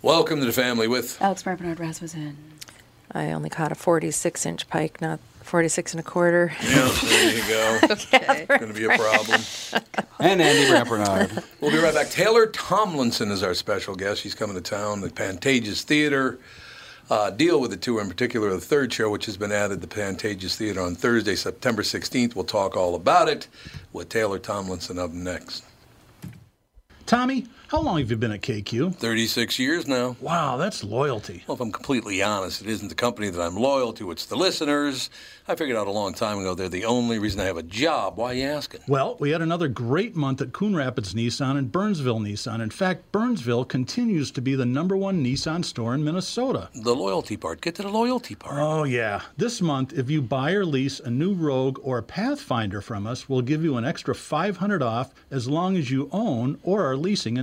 Welcome to the family with Alex Mar Bernard Rasmussen. I only caught a 46 inch pike, not 46 and a quarter. Yeah, there you go. Okay. Going to be a problem. And Andy Rappernard. We'll be right back. Taylor Tomlinson is our special guest. She's coming to town. The Pantages Theater. Uh, deal with the tour in particular, the third show, which has been added, the Pantages Theater on Thursday, September 16th. We'll talk all about it with Taylor Tomlinson up next. Tommy, how long have you been at KQ? 36 years now. Wow, that's loyalty. Well, if I'm completely honest, it isn't the company that I'm loyal to, it's the listeners. I figured out a long time ago they're the only reason I have a job. Why are you asking? Well, we had another great month at Coon Rapids Nissan and Burnsville Nissan. In fact, Burnsville continues to be the number one Nissan store in Minnesota. The loyalty part. Get to the loyalty part. Oh, yeah. This month, if you buy or lease a new Rogue or a Pathfinder from us, we'll give you an extra 500 off as long as you own or are leasing a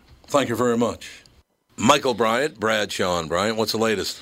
Thank you very much. Michael Bryant, Brad Sean Bryant, what's the latest?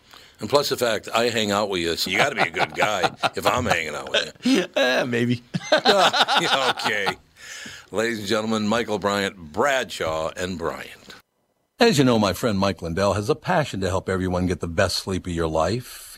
And plus the fact I hang out with you, so you got to be a good guy if I'm hanging out with you. Eh, maybe. okay. Ladies and gentlemen, Michael Bryant, Bradshaw, and Bryant. As you know, my friend Mike Lindell has a passion to help everyone get the best sleep of your life.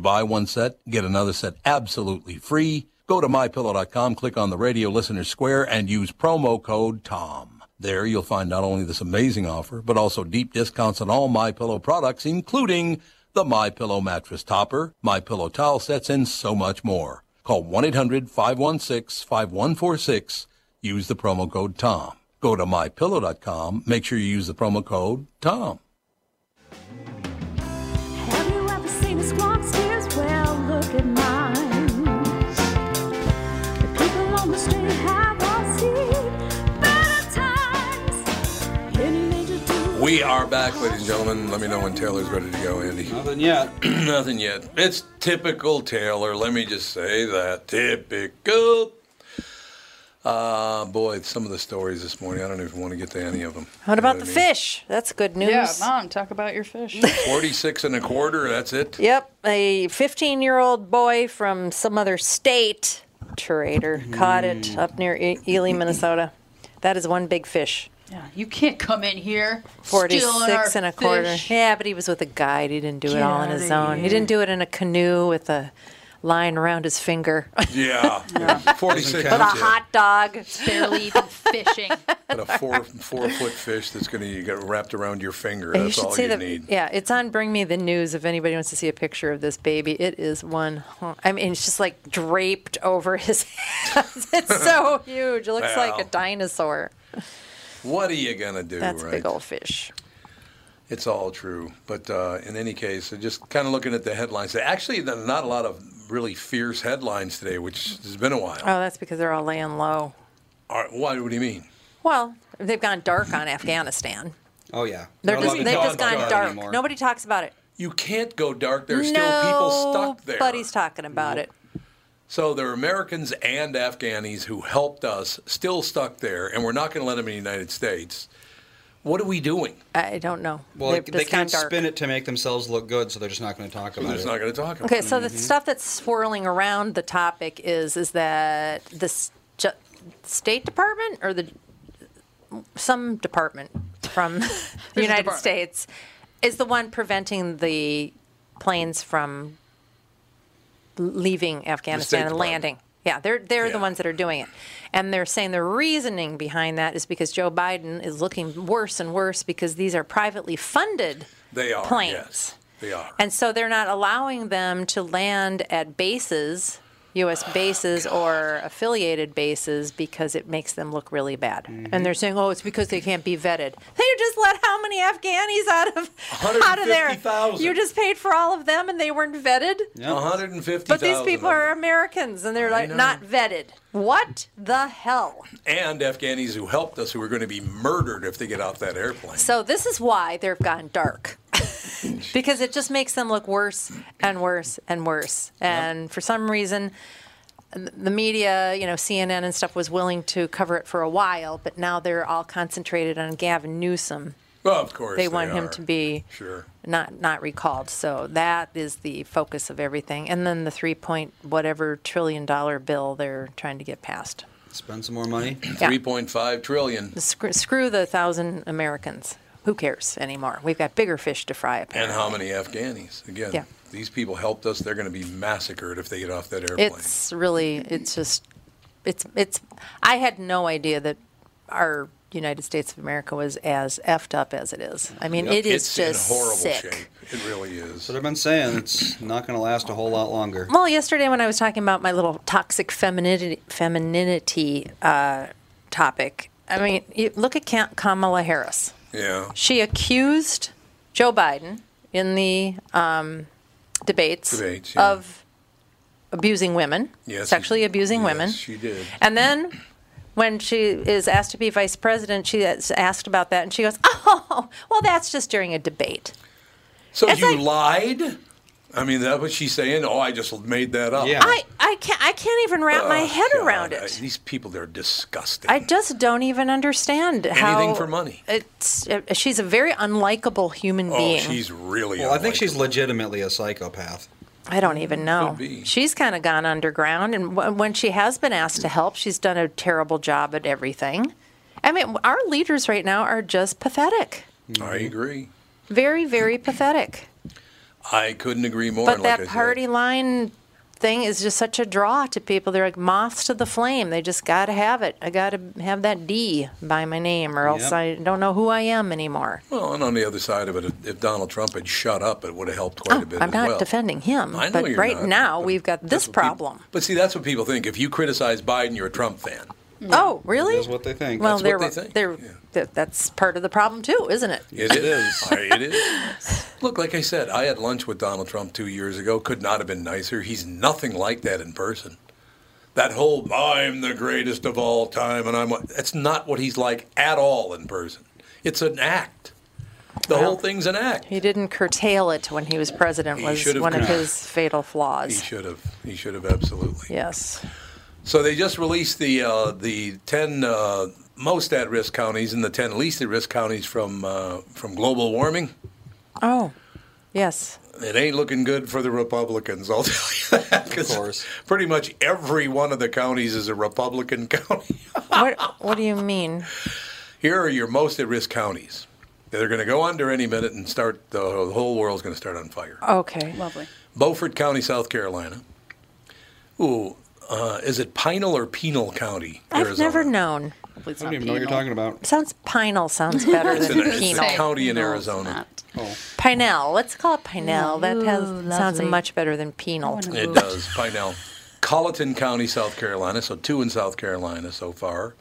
buy one set, get another set absolutely free. Go to mypillow.com, click on the radio listener square, and use promo code TOM. There you'll find not only this amazing offer, but also deep discounts on all My Pillow products, including the My Pillow mattress topper, My Pillow towel sets, and so much more. Call 1-800-516-5146. Use the promo code TOM. Go to mypillow.com. Make sure you use the promo code TOM. Have you ever seen a squawk's ears? Well, look at mine. The people on the street have all seen better times. Any major do- We are back, ladies and gentlemen. Let me know when Taylor's ready to go, Andy. Nothing yet. Nothing yet. It's typical Taylor. Let me just say that. Typical. Uh, boy, some of the stories this morning, I don't even want to get to any of them. What about You know the I mean? fish? That's good news. Yeah, mom, talk about your fish. 46 and a quarter, that's it? Yep, a 15 year old boy from some other state, trader, Mm. caught it up near E- Ely, Minnesota. That is one big fish. yeah, you can't come in here. stealing our 46 and a quarter. fish. Yeah, but he was with a guide. He didn't do Get it all on outta his own. He here. didn't do it in a canoe with a line around his finger. With Yeah. 46 a ounce, yeah. hot dog. Barely even fishing. But a four, four foot fish that's going to get wrapped around your finger. you That's should all see you the need. yeah. It's on Bring Me the News. If anybody wants to see a picture of this baby, it is one. hon- I mean, it's just like draped over his hands. It's so huge. It looks like Wow. a dinosaur. What are you going to do, That's a right? big old fish. It's all true. But uh, in any case, so just kind of looking at the headlines, actually, there are not a lot of really fierce headlines today, which has been a while. Oh, that's because they're all laying low. Are, why? What do you mean? Well, they've gone dark on Afghanistan. Oh yeah. They're Not just, allowed to they've talk just about gone that dark. anymore. Nobody talks about it. You can't go dark. There's still people stuck there. Nobody's talking about it. So there are Americans and Afghanis who helped us still stuck there, and we're not going to let them in the United States. What are we doing? I don't know. Well, They've they, just gone can't dark. spin it to make themselves look good, so they're just not going to talk We're about just it. Mm-hmm. not going to talk about Okay, it. so the stuff that's swirling around the topic is is that the s- ju- State Department or the some department from the United department. States is the one preventing the planes from leaving Afghanistan and Department. landing. Yeah, they're they're the Yeah. ones that are doing it, and they're saying the reasoning behind that is because Joe Biden is looking worse and worse because these are privately funded They are. planes. Yes, they are. And so they're not allowing them to land at bases, U.S. bases Oh, or affiliated bases, because it makes them look really bad. And Mm-hmm. they're saying, oh, it's because they can't be vetted. They just let how many Afghanis out of out of there? 150,000. You just paid for all of them, and they weren't vetted. One hundred and fifty. But these people are Americans, and they're like know. not vetted. What the hell? and Afghanis who helped us who are going to be murdered if they get off that airplane. So this is why they've gone dark. because it just makes them look worse and worse and worse. And for some reason the media, you know, CNN and stuff was willing to cover it for a while, but now they're all concentrated on Gavin Newsom. well, of course They, want him are. to be sure. not not recalled. So that is the focus of everything. And then the 3 point whatever trillion dollar bill they're trying to get passed. Spend some more money. Yeah. Three point five trillion. Screw, screw the 1,000 Americans. Who cares anymore? We've got bigger fish to fry apparently. And how many Afghanis? Again, Yeah. these people helped us. They're going to be massacred if they get off that airplane. It's really, it's just, it's, it's. I had no idea that our United States of America was as effed up as it is. I mean, it is It's just in horrible sick. shape. It really is. But I've been saying it's not going to last a whole lot longer. Well, yesterday when I was talking about my little toxic femininity, femininity uh, topic, I mean, you, look at Ka- Kamala Harris. Yeah. She accused Joe Biden in the um, debates, Debates, yeah. of abusing women, Yes, sexually she- abusing yes, women. she did. And then when she is asked to be vice president, she is asked about that and she goes, Oh, well, that's just during a debate. So It's you like- lied? I mean, that's what she's saying. Oh, I just made that up. Yeah. I, I, can't, I can't even wrap my Oh, head God. around I- it. these people, they're disgusting. I just don't even understand how. for money. It's, uh, she's a very unlikable human oh, being. she's really. Well, I think she's unlikable. legitimately a psychopath. I don't even know. be. She's kind of gone underground, and w- when she has been asked to help, she's done a terrible job at everything. I mean, our leaders right now are just pathetic. Mm-hmm. I agree. Very, very pathetic. I couldn't agree more. But and like that I said- party line thing is just such a draw to people. They're like moths to the flame. They just got to have it. I got to have that D by my name, or else Yep. I don't know who I am anymore. Well, and on the other side of it, if- if Donald Trump had shut up, it would have helped quite a bit Oh, I'm as not well. defending him, I know but you're right not, now but we've got that's this what peop- problem. but see, that's what people think. If you criticize Biden, you're a Trump fan. Oh, really? That's what they think. Well, That's they're, what they think, they're, yeah. th- that's part of the problem too, isn't it? It is. I- it is. Look, like I said, I had lunch with Donald Trump two years ago. Could not have been nicer. He's nothing like that in person. That whole "I'm the greatest of all time" and I'm—that's not what he's like at all in person. It's an act. The whole thing's an act. He didn't curtail it when he was president He was should have one of not. his fatal He flaws. should have. He should have absolutely. Yes. So they just released the uh, the ten uh, most at-risk counties and the ten least at-risk counties from uh, from global warming. Oh, yes. It ain't looking good for the Republicans, I'll tell you that. 'cause course. Pretty much every one of the counties is a Republican county. What What do you mean? Here are your most at risk counties. They're going to go under any minute and start, the whole world's going to start on fire. Okay. Lovely. Beaufort County, South Carolina. Ooh, uh, is it Pinal or Penal County? I've Arizona? never known. Hopefully it's I not don't even know what you're penal. talking about. Sounds Pinal sounds better It's than an- it's a Penal. county in No, it's Arizona. Oh. not. Pinel. Let's call it Pinel. That has Ooh, sounds lovely. much better than Penal. wanna- It does, Pinal. Colleton County, South Carolina. So two in South Carolina so far.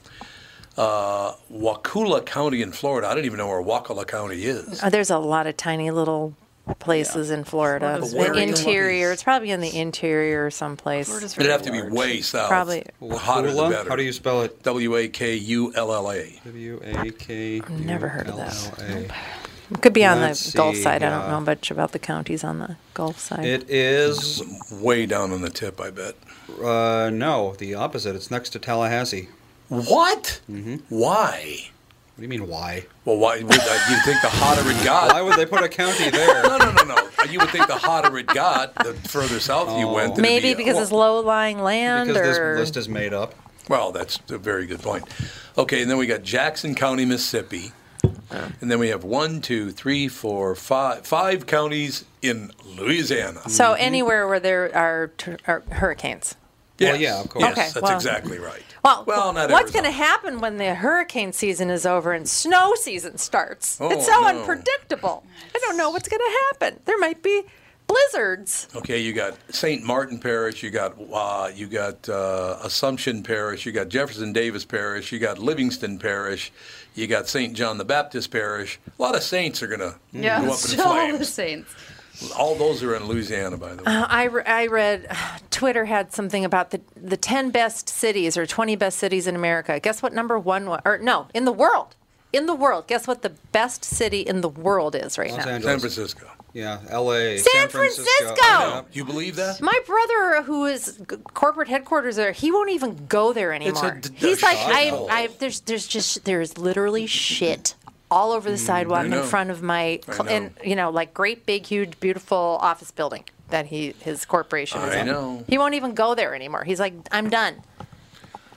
Uh, Uh, Wakula County in Florida. I don't even know where Wakula County is. Oh, there's a lot of tiny little places in Florida. Florida's the very interior. It's probably in the interior someplace. Florida's It'd really have to be large. way south. Probably. The hotter the Wakulla? better. How do you spell it? W a k u l l a. W A K. Never heard of that. that. It could be on the Let's Gulf see, side. I yeah. don't know much about the counties on the Gulf side. It is Way down on the tip, I bet. uh, no, the opposite. It's next to Tallahassee. Mm-hmm. What? Why? What do you mean why? Well, why would I, you think the hotter it got? Why would they put a county there? No, no, no, no. You would think the hotter it got, the further south Oh. you went. it'd Maybe be- because it's low-lying land, Because this or list is made up. Well, that's a very good point. Okay, and then we got Jackson County, Mississippi. Oh. And then we have one, two, three, four, five, five counties in Louisiana. so anywhere where there are, tur are hurricanes. Yes, Well, yeah, of course. Yes, Okay, that's well- exactly right. Well, not what's going to Arizona. happen when the hurricane season is over and snow season starts? Oh, it's so no. unpredictable. I don't know what's going to happen. There might be blizzards. Okay, you got St. Martin Parish, you got uh, you got uh, Assumption Parish, you got Jefferson Davis Parish, you got Livingston Parish, you got St. John the Baptist Parish. A lot of saints are gonna Yeah, go Mm. up in so all the flames. Saints. All those are in Louisiana, by the way. Uh, I, re- I read Twitter had something about the the 10 best cities or 20 best cities in America. Guess what number 1 was or no, in the world. In the world. Guess what the best city in the world is right Los now? San Angeles. Francisco. Yeah, L.A. San Francisco! Yep. You believe that? My brother, who is g- corporate headquarters there, he won't even go there anymore. d- He's a like, shit I, hole. I, there's, there's just, there's literally shit all over the sidewalk Mm, know. in front of my, I cl- know. and you know, like great big, huge, beautiful office building that he, his corporation is I in. know. He won't even go there anymore. He's like, I'm done.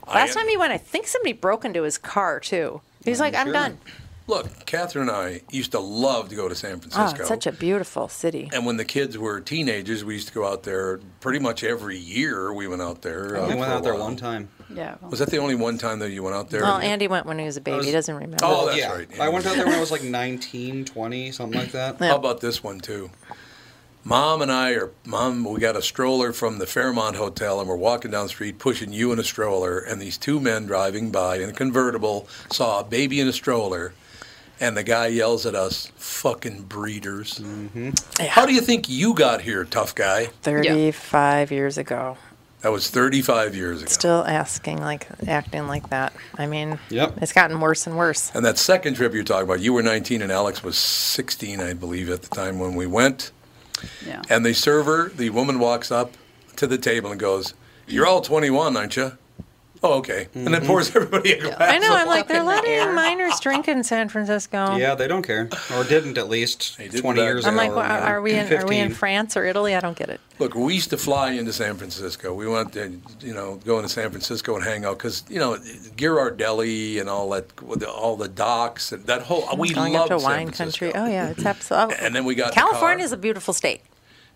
Last time he went, I think somebody broke into his car too. He's like, I'm sure. done. Look, Catherine and I used to love to go to San Oh, Francisco. it's such a beautiful city. and when the kids were teenagers, we used to go out there pretty much every year. We went out there. uh, We for went a out there while. one time. Yeah. well, Was that the only one time that you went out there? Well, Andy went when he was a baby. he was- doesn't remember. Oh, that's yeah, right. I went out there when I was like 19, 20, something like that. How about this one too? Mom and I are mom. We got a stroller from the Fairmont Hotel, and we're walking down the street, pushing you in a stroller. And these two men driving by in a convertible saw a baby in a stroller, and the guy yells at us, "Fucking breeders! How do you think you got here, tough guy?" 35 years ago. That was 35 years ago. Still asking, like, acting like that. I mean, Yep. it's gotten worse and worse. And that second trip you're talking about, you were 19 and Alex was 16, I believe, at the time when we went. yeah. And the server, the woman walks up to the table and goes, You're all 21, aren't you? Oh, okay. And Mm-hmm. then pours everybody a glass. I know. I'm like, up they're in the air. letting minors drink in San Francisco. Yeah, they don't care, or didn't at least didn't twenty back- years I'm ago. like, or well, are, are whatever. we in are we in 15. France or Italy? I don't get it. Look, we used to fly into San Francisco. We went to, you know, go into San Francisco and hang out because, you know, Ghirardelli and all that, all the docks and that whole, Uh, we Going up loved to San wine Francisco. country. Oh yeah, it's absolutely. And then we got in the California car. is a beautiful state.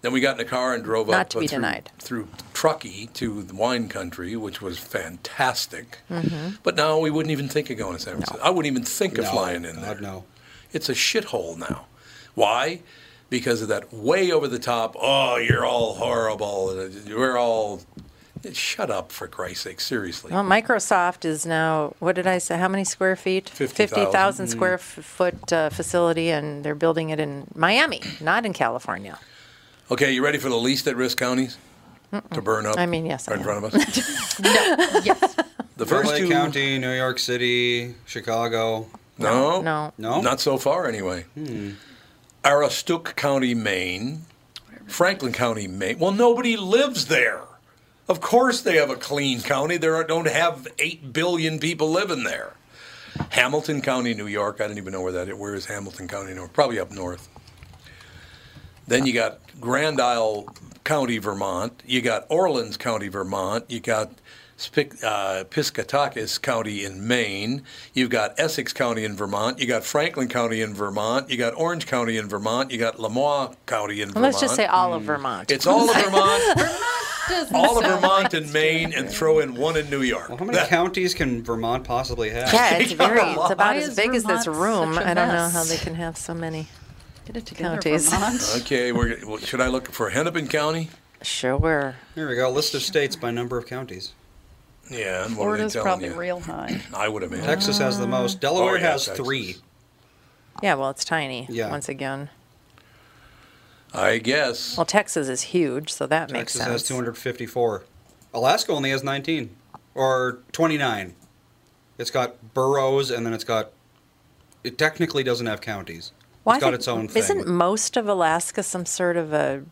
Then we got in a car and drove Not up uh, to be through, denied. through Truckee to the wine country, which was fantastic. But now we wouldn't even think of going to San Francisco. I wouldn't even think of No, flying in there. God, no. It's a shithole now. Why? Because of that way over the top, oh, you're all horrible. and We're all. Shut up, for Christ's sake, seriously. Well, Microsoft is now. What did I say? How many square feet? 50,000. square f- Mm. foot uh, facility, and they're building it in Miami, not in California. Okay, you ready for the least at risk counties? To burn up I mean, yes, I right in am. front of us. No, yes. The first LA two, County, New York City, Chicago. no, No. No, Hmm. Not so far, anyway. Aroostook County, Maine. Franklin County, Maine. Well, nobody lives there. Of course, they have a clean county. There are- don't have 8 billion people living there. Hamilton County, New York. I don't even know where that is. Where is Hamilton County, New York? Probably up north. Then you got Grand Isle County, Vermont. You got Orleans County, Vermont. You got Spic- uh, Piscataquis County in Maine. You've got Essex County in Vermont. You got Franklin County in Vermont. You got Orange County in Vermont. You got Lamoille County in Well, Vermont. Mm. let's just say all of Vermont. it's all of Vermont, Doesn't all of sound Vermont like and Maine, and throw in one in New York. Well, how many That- counties can Vermont possibly have? Yeah, it's very. It's about Why as is big as this Vermont room. such a I don't know mess? how they can have so many. Get it together, counties. Vermont. okay, we're, well, should I look for Hennepin County? Sure. Here we go. List of states by number of counties. Yeah, and what are they Florida's telling probably you? real high. I would imagine. Oh, Texas has the most. Delaware yeah, has Texas. three. Yeah, well, it's tiny. Yeah. Once again. I guess. Well, Texas is huge, so that makes Texas sense. has 254. Alaska only has 19 or 29. It's got boroughs and then it's got. It technically doesn't have counties. Well, I it's got think- its own thing. Isn't most of Alaska some sort of a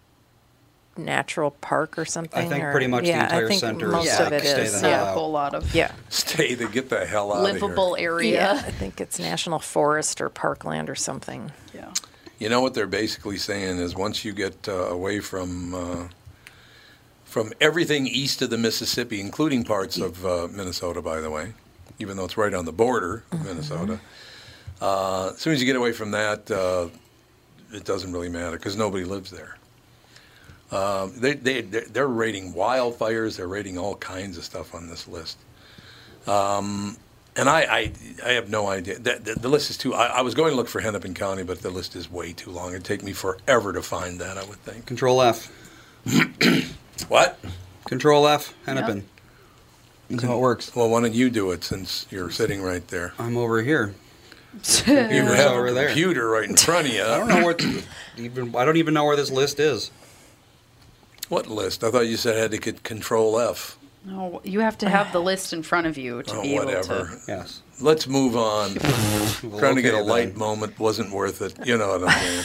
natural park or something? think or- pretty much the yeah, I entire think center is most like of it stay is. the Not hell a Yeah. out. whole lot of yeah. Stay the get the hell out livable of here. Yeah, I area. think it's national forest or parkland or something. Yeah. You know what they're basically saying is once you get uh, away from uh, from everything east of the Mississippi, including parts of uh, Minnesota, by the way, even though it's right on the border Mm-hmm. of Minnesota. Uh, as soon as you get away from that, uh, it doesn't really matter because nobody lives there. Um, they, they, they're they're rating wildfires. They're rating all kinds of stuff on this list. Um, And I, I, I have no idea. The, the, the list is too. I, I was going to look for Hennepin County, but the list is way too long. It'd take me forever to find that. I would think. Control F. What? Control F. Hennepin. That's how it works. Well, why don't you do it since you're sitting right there? I'm over here. You It's have over a there. computer right in front of I don't you. know what. even I don't even know where this list is. What list? I thought you said I had to get Control F. No, you have to have the list in front of you to Oh, be able whatever. to. Yes. Let's move on. Trying to get a Okay, light then. moment wasn't worth it. You know what I'm saying?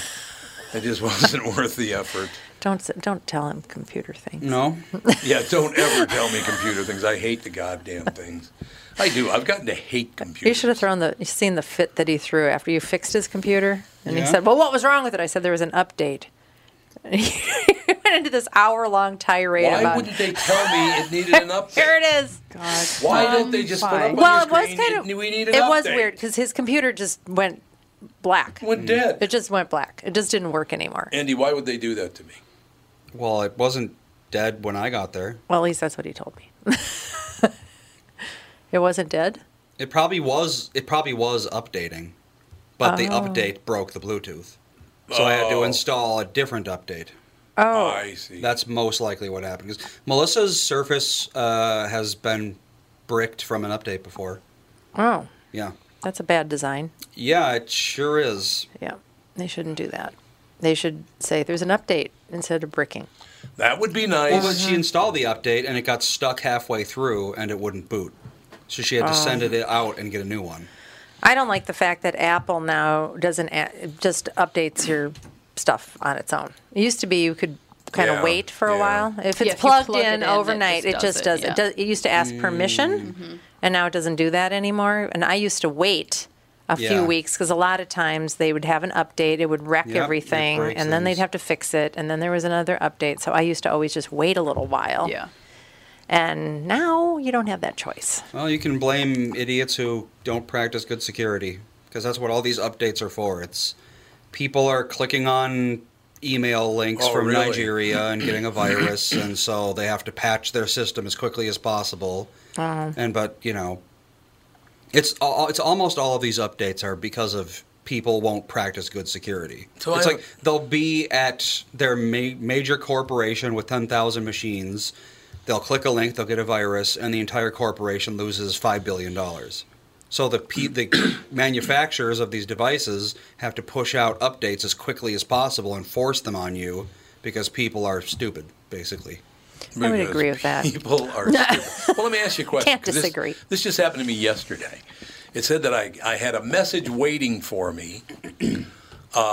it just wasn't worth the effort. Don't s- don't tell him computer things. No. Yeah, don't ever tell me computer things. I hate the goddamn things. I do. I've gotten to hate computers. You should have thrown the you seen the fit that he threw after you fixed his computer, and he Yeah. said, "Well, what was wrong with it?" I said, "There was an update." And he went into this hour long tirade Why about wouldn't they tell me it needed an update? here it is. Um, God. Why don't they just put up on Fine. well, it your was screen, kind of "It- we need an it was update." weird because his computer just went black. Went dead. It just went black. It just didn't work anymore. Andy, why would they do that to me? Well, it wasn't dead when I got there. Well, at least that's what he told me. it wasn't dead. It probably was. It probably was updating, but the update broke the Bluetooth, so I had Oh. to install a different update. Oh, I see. That's most likely what happened. 'cause Melissa's Surface uh, has been bricked from an update before. oh, Yeah, that's a bad design. yeah, it sure is. Yeah, they shouldn't do that. They should say there's an update instead of bricking. that would be nice. Well, but she installed the update and it got stuck halfway through and it wouldn't boot, so she had to send it out and get a new one. I don't like the fact that Apple now doesn't a- just updates your stuff on its own. It used to be you could kind of Yeah, wait for yeah. a while. If it's Yeah, if you plugged plug it in in, it overnight, it just just does. does It, it, yeah. Mm-hmm. does, it used to ask Mm. permission, and now it doesn't do that anymore. And I used to wait a Yeah. few weeks because a lot of times they would have an update, it would wreck Yep, it everything, breaks and then they'd things. have to fix it, and then there was another update. So I used to always just wait a little while. Yeah. And now you don't have that choice. Well, you can blame idiots who don't practice good security because that's what all these updates are for. It's people are clicking on email links Oh, from really? Nigeria and getting a virus, and so they have to patch their system as quickly as possible. And but you know, it's al- it's almost all of these updates are because of people won't practice good security. So it's I- like they'll be at their ma- major corporation with 10,000 machines. They'll click a link, they'll get a virus, and the entire corporation loses $5 billion. So the, pe- the manufacturers of these devices have to push out updates as quickly as possible and force them on you because people are stupid, basically. I would Because agree with that. People are. stupid. well, let me ask you a question. Can't 'cause this- disagree. This, just happened to me yesterday. It said that I, I had a message waiting for me. Um,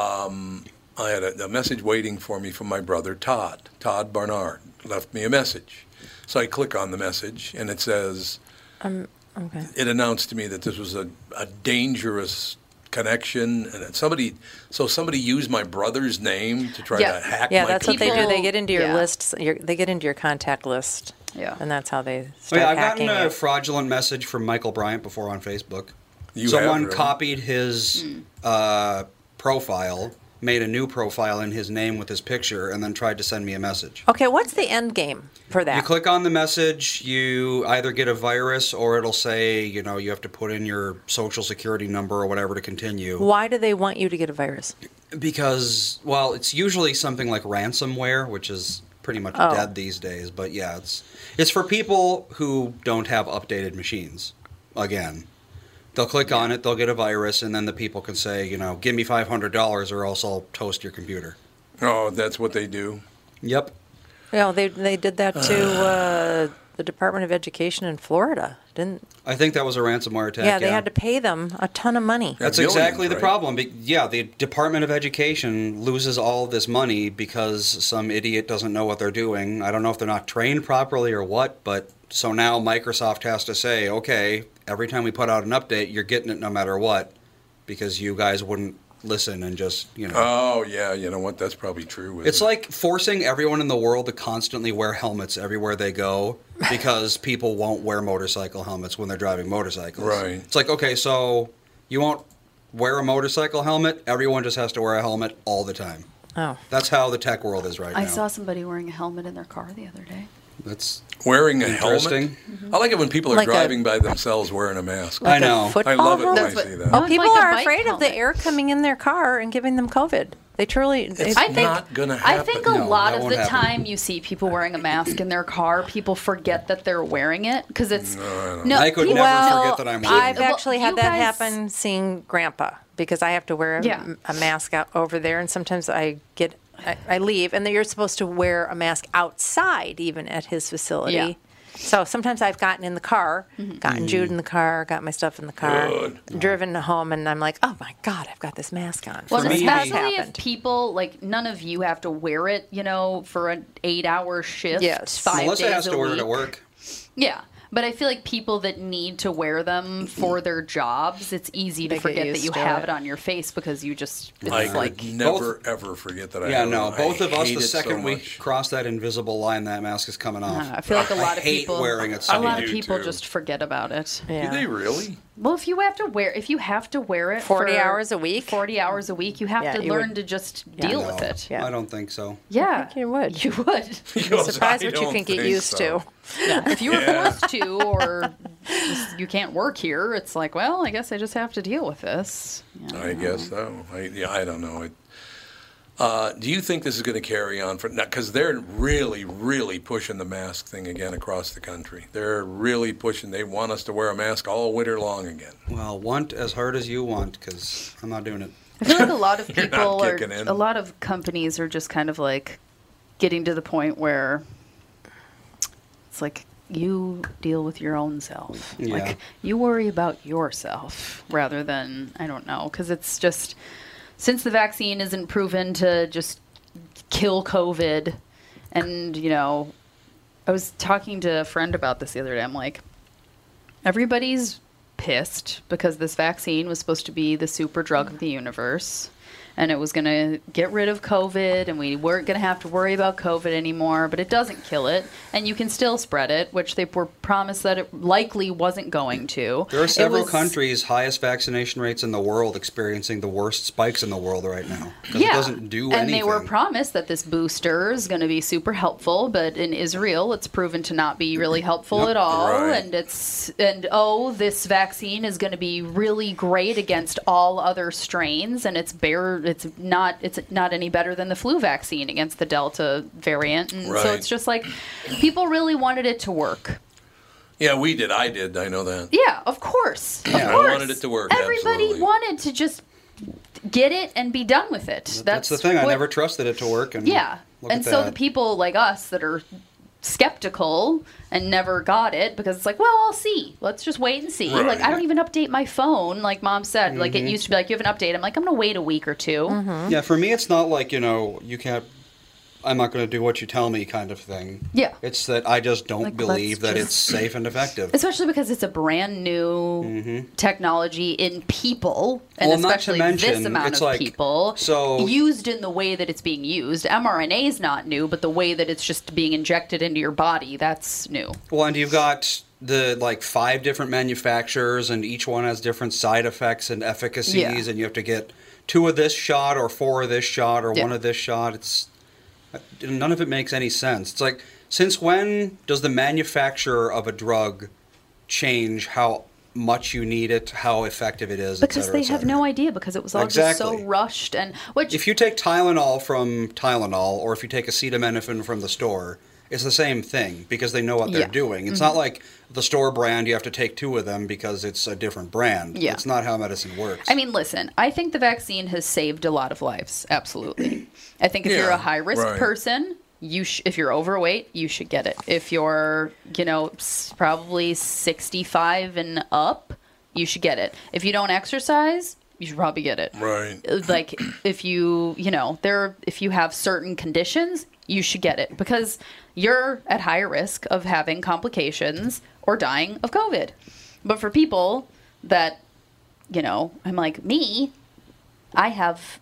I had a, a message waiting for me from my brother Todd. Todd Barnard left me a message. So I click on the message and it says, Um, Okay. it announced to me that this was a, a dangerous connection and that somebody so somebody used my brother's name to try Yeah. to hack Yeah, my that's computer. what they do. They People- get into your yeah. lists. Your, they get into your contact list. Yeah. And that's how they Oh, start yeah, I've hacking gotten a it. fraudulent message from Michael Bryant before on Facebook. You Someone have, really? copied his Hmm. uh, profile, made a new profile in his name with his picture, and then tried to send me a message. Okay, what's the end game for that? You click on the message, you either get a virus or it'll say, you know, you have to put in your social security number or whatever to continue. Why do they want you to get a virus? Because, well, it's usually something like ransomware, which is pretty much Oh. dead these days. But yeah, it's it's for people who don't have updated machines. Again, they'll click on it, they'll get a virus, and then the people can say, you know, give me five hundred dollars, or else I'll toast your computer. Oh, that's what they do. Yep. You know, Oh, they they did that to uh, the Department of Education in Florida, didn't? I think that was a ransomware attack. yeah, they had to pay them a ton of money. That's Billions, exactly the right? problem. Be- Yeah, the Department of Education loses all this money because some idiot doesn't know what they're doing. I don't know if they're not trained properly or what, but so now Microsoft has to say, okay, every time we put out an update, you're getting it no matter what because you guys wouldn't listen and just, you know. Oh, yeah. You know what? That's probably true. isn't It's it? like forcing everyone in the world to constantly wear helmets everywhere they go because people won't wear motorcycle helmets when they're driving motorcycles. Right. It's like, okay, so you won't wear a motorcycle helmet, everyone just has to wear a helmet all the time. Oh, That's how the tech world is right I now. saw somebody wearing a helmet in their car the other day. That's wearing a helmet. Mm-hmm. Interesting. I like it when people are Like a- driving by themselves wearing a mask. Like I know. Foot I love it when helmet? I That's see what- that. Oh, Oh, it's people like a are bike afraid of the helmet. air coming in their car and giving them COVID. They truly. It's, I think not gonna I think happen. a No, lot that of won't the happen. time you see people wearing a mask in their car, people forget that they're wearing it because Mm, it's no. I could people- never well, forget that I'm wearing I've them. actually had you that guys- happen seeing Grandpa because I have to wear a, Yeah. a mask out over there, and sometimes I get I, I leave, and then you're supposed to wear a mask outside even at his facility. Yeah. Mm-hmm. So sometimes I've gotten in the car, Mm-hmm. gotten Jude in the car, got my stuff in the car, driven home, and I'm like, oh my god, I've got this mask on. Well, For me- especially if happened. people like none of you have to wear it, you know, for an eight-hour shift. Yes. five Melissa days has a to wear it week. at work. Yeah, but I feel like people that need to wear them for their jobs, it's easy to They get forget that used you to have it. it. on your face because you just it's I could like never ever forget that. I Yeah, had no. one. I Both of us, hate the it so second we much. cross that invisible line, that mask is coming off. I feel like a lot of hate people wearing it. a lot I of do people too. just forget about it. Do Yeah. they really? Well, if you have to wear, if you have to wear it 40 for hours a week? forty hours a week, you have Yeah, to you learn would- to just Yeah. deal No, with it. Yeah. I don't think so. Yeah, you would. You would. Because Surprise I what you don't can get think used so. to. if you were Yeah. forced to, or just, you can't work here, it's like, well, I guess I just have to deal with this. Yeah. I guess so. I, yeah, I don't know. It, uh, do you think this is going to carry on for? Because they're really, really pushing the mask thing again across the country. They're really pushing. They want us to wear a mask all winter long again. Well, want as hard as you want, because I'm not doing it. I feel like a lot of You're not people are, kicking in. a lot of companies are just kind of like getting to the point where it's like you deal with your own self. Yeah. Like you worry about yourself rather than, I don't know, because it's just since the vaccine isn't proven to just kill COVID, and, you know, I was talking to a friend about this the other day. I'm like, everybody's pissed because this vaccine was supposed to be the super drug of the universe and it was going to get rid of covid and we weren't going to have to worry about covid anymore but it doesn't kill it and you can still spread it which they were promised that it likely wasn't going to There are It several was- countries highest vaccination rates in the world experiencing the worst spikes in the world right now. 'Cause It doesn't do and anything. they were promised that this booster is going to be super helpful, but in Israel, it's proven to not be really helpful at all. Right. And it's and oh, this vaccine is going to be really great against all other strains, and it's bare. It's not. It's not any better than the flu vaccine against the Delta variant. And so Right. it's just like people really wanted it to work. Yeah, we did. I did. I know that. Yeah, of course. Of Yeah. course. I wanted it to work. Everybody absolutely. wanted to just get it and be done with it. That's, That's, the thing. I what- never trusted it to work. And yeah. look And at so the that. people like us that are skeptical and never got it because it's like, well, I'll see. Let's just wait and see. Right. Like, I don't even update my phone. Like mom said, like it used to be like, you have an update. I'm like, I'm going to wait a week or 2 Mhm. Yeah, for me, it's not like you know you can't. I'm not going to do what you tell me, kind of thing. Yeah. It's that I just don't Like, believe let's that just- it's safe and effective. Mm-hmm. Especially because it's a brand new technology in people, and Well, not to especially mention, this amount it's of like- oh, people, so- used in the way that it's being used. mRNA is not new, but the way that it's just being injected into your body, that's new. Well, and you've got the like five different manufacturers, and each one has different side effects and efficacies, Yeah. and you have to get two of this shot, or four of this shot, or Yeah. one of this shot. It's uh, none of it makes any sense. It's like since when does the manufacturer of a drug change how much you need it, how effective it is? et because cetera, they et have cetera? no idea because it was all just Exactly. so rushed and which If you take Tylenol from Tylenol, or if you take acetaminophen from the store, it's the same thing because they know what they're Yeah. Mm-hmm. doing. It's not like the store brand you have to take two of them because it's a different brand. Yeah. It's not how medicine works. I mean, listen, I think the vaccine has saved a lot of lives. Absolutely. I think if you're Yeah, a high risk right. person, you sh- if you're overweight, you should get it. If you're, you know, s- probably 65 and up, you should get it. If you don't exercise, you should probably get it. Right. Uh, Like if you, you know, there if you have certain conditions, you should get it because you're at higher risk of having complications or dying of COVID. But for people that you know, I'm like, me, I have,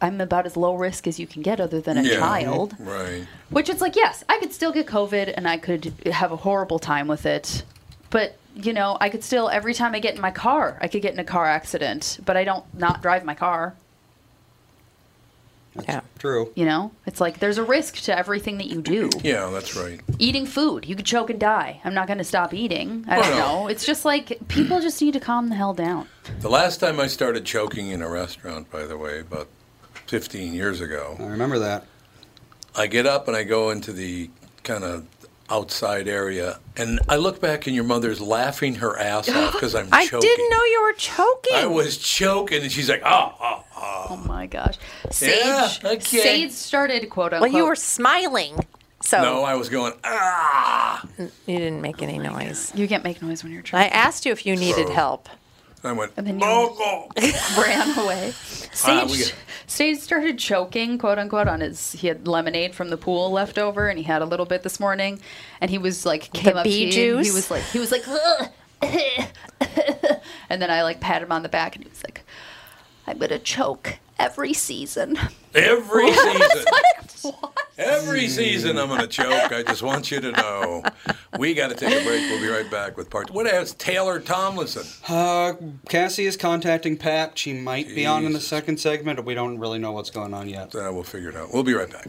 I'm about as low risk as you can get other than a Yeah. child. Right. Which it's like, yes, I could still get COVID and I could have a horrible time with it. But, you know, I could still, every time I get in my car, I could get in a car accident, but I don't not drive my car. Yeah. True. You know, it's like there's a risk to everything that you do. Yeah, that's right. Eating food, you could choke and die. I'm not going to stop eating. I don't Well- know. It's just like people just need to calm the hell down. The last time I started choking in a restaurant, by the way, about 15 years ago, I remember that. I get up and I go into the kind of outside area, and I look back, and your mother's laughing her ass off because I'm I choking. didn't know you were choking. I was choking, and she's like, "Oh, oh, oh." Oh my gosh. Sage, Yeah, okay. Sage started quote well, unquote. you were smiling, so No, I was going, "Ah!" you didn't make any noise. You can't make noise when you're I trying. asked you if you needed So- help. And I went, then you- "Oh, oh." ran away. Ah, we Sage, get- Sage started choking, quote unquote, on his. He had lemonade from the pool left over, and he had a little bit this morning. And he was like, came up bee to you, and He juice? was like, he was like, "Ugh." and then I like pat him on the back, and he was like, "I'm gonna choke every season." Every season. Every season I'm going to choke. I just want you to know. We got to take a break. We'll be right back with part. What else? Taylor Tomlinson. Uh, Cassie is contacting Pat. She might be on in the Jesus. second segment, but we don't really know what's going on yet. Uh, we'll figure it out. We'll be right back.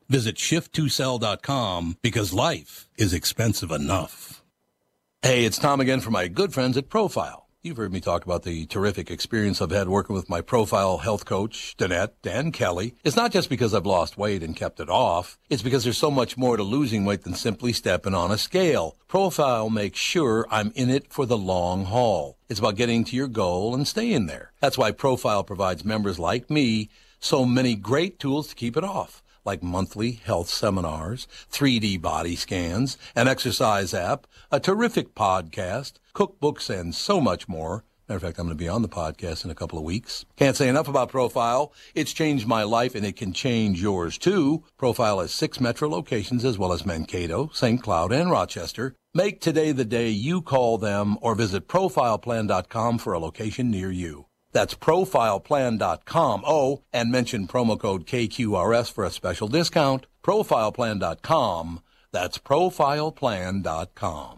Visit shift2sell.com because life is expensive enough. Hey, it's Tom again for my good friends at Profile. You've heard me talk about the terrific experience I've had working with my profile health coach, Danette and Kelly. It's not just because I've lost weight and kept it off. It's because there's so much more to losing weight than simply stepping on a scale. Profile makes sure I'm in it for the long haul. It's about getting to your goal and staying there. That's why Profile provides members like me so many great tools to keep it off like monthly health seminars, 3D body scans, an exercise app, a terrific podcast, cookbooks, and so much more. Matter of fact, I'm going to be on the podcast in a couple of weeks. Can't say enough about Profile. It's changed my life and it can change yours too. Profile has six metro locations as well as Mankato, St. Cloud, and Rochester. Make today the day you call them or visit profileplan.com for a location near you. That's profileplan.com. Oh, and mention promo code KQRS for a special discount. Profileplan.com. That's profileplan.com.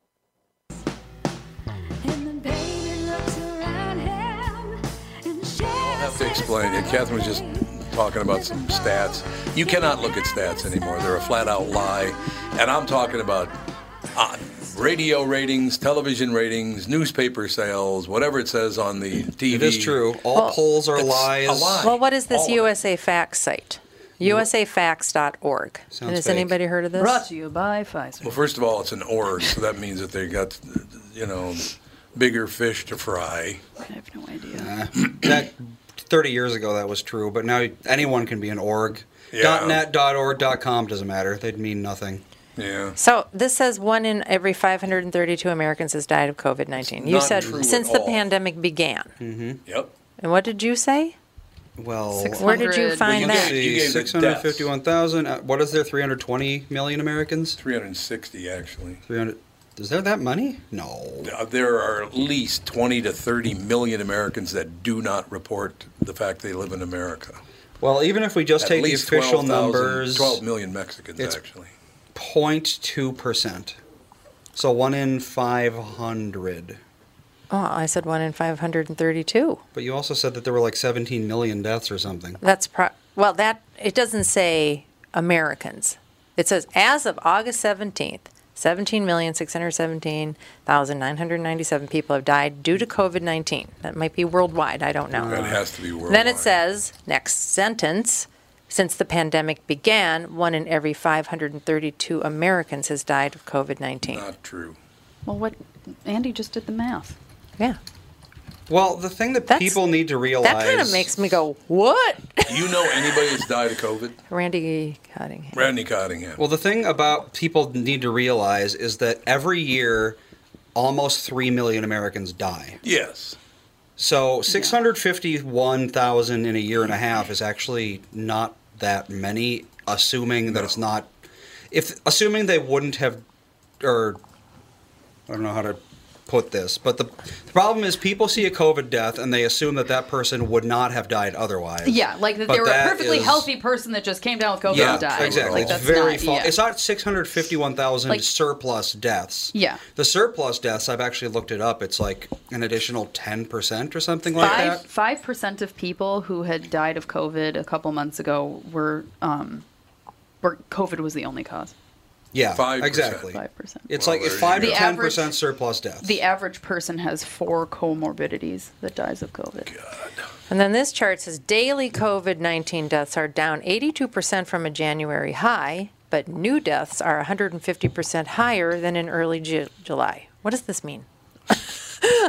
And the baby looks around him and shares I have to explain it. Catherine was just talking about some stats. You cannot look at stats anymore, they're a flat out lie. And I'm talking about Uh, radio ratings, television ratings, newspaper sales, whatever it says on the TV. It is true. All Well- polls are It's lies. A lie. Well, what is this All of it. USA Facts site? USAFacts.org. Sounds And has fake. anybody heard of this? Brought to you by Pfizer. Well, first of all, it's an org, so that means that they got, you know, bigger fish to fry. I have no idea. Eh, that 30 years ago that was true, but now anyone can be an org. Yeah. .net, .org, .com doesn't matter. They'd mean nothing. Yeah. So this says one in every 532 Americans has died of COVID 19. You not said true at since the all. pandemic began. Mm-hmm. Yep. And what did you say? Well, Where did you find Let's that? see, You gave the 651,000. Uh, What is there? 320 million Americans? 360, actually. 300. Is there that many? No. Uh, There are at least 20 to 30 million Americans that do not report the fact they live in America. Well, even if we just At take the least official 12,000 numbers, 12 million Mexicans, It's- actually. 0.2 percent. So one in 500. Oh, I said one in 532. But you also said that there were like 17 million deaths or something. That's pro- well. That it doesn't say Americans. It says as of August seventeenth, seventeen million six hundred seventeen thousand nine hundred ninety-seven people have died due to COVID nineteen. That might be worldwide. I don't know. That has to be worldwide. Then it says next sentence. Since the pandemic began, one in every 532 Americans has died of COVID 19. Not true. Well, what Andy just did the math. Yeah. Well, the thing that people need to realize That kind of makes me go, what? Do you know anybody that's died of COVID? Randy Cottingham. Randy Cottingham. Well, the thing about people need to realize is that every year, almost 3 million Americans die. Yes. So 651,000 in a year and a half is actually not that many, assuming that it's not. If assuming they wouldn't have, or I don't know how to put this, but the, the problem is people see a COVID death and they assume that that person would not have died otherwise. Yeah, like that But they were that a perfectly is- healthy person that just came down with COVID yeah, and died. exactly. Like, that's it's very not, fault. yeah. It's not 651,000 Like- surplus deaths. Yeah. The surplus deaths, I've actually looked it up. It's like an additional 10% or something like Five that. five percent of people who had died of COVID a couple months ago were um, were COVID was the only cause. Yeah, 5%. exactly. Five percent. It's Well, like there you five go. to The ten average- percent surplus deaths. The average person has four comorbidities that dies of COVID. And then this chart says daily COVID 19 deaths are down 82% from a January high, but new deaths are 150% higher than in early Ju- July. What does this mean?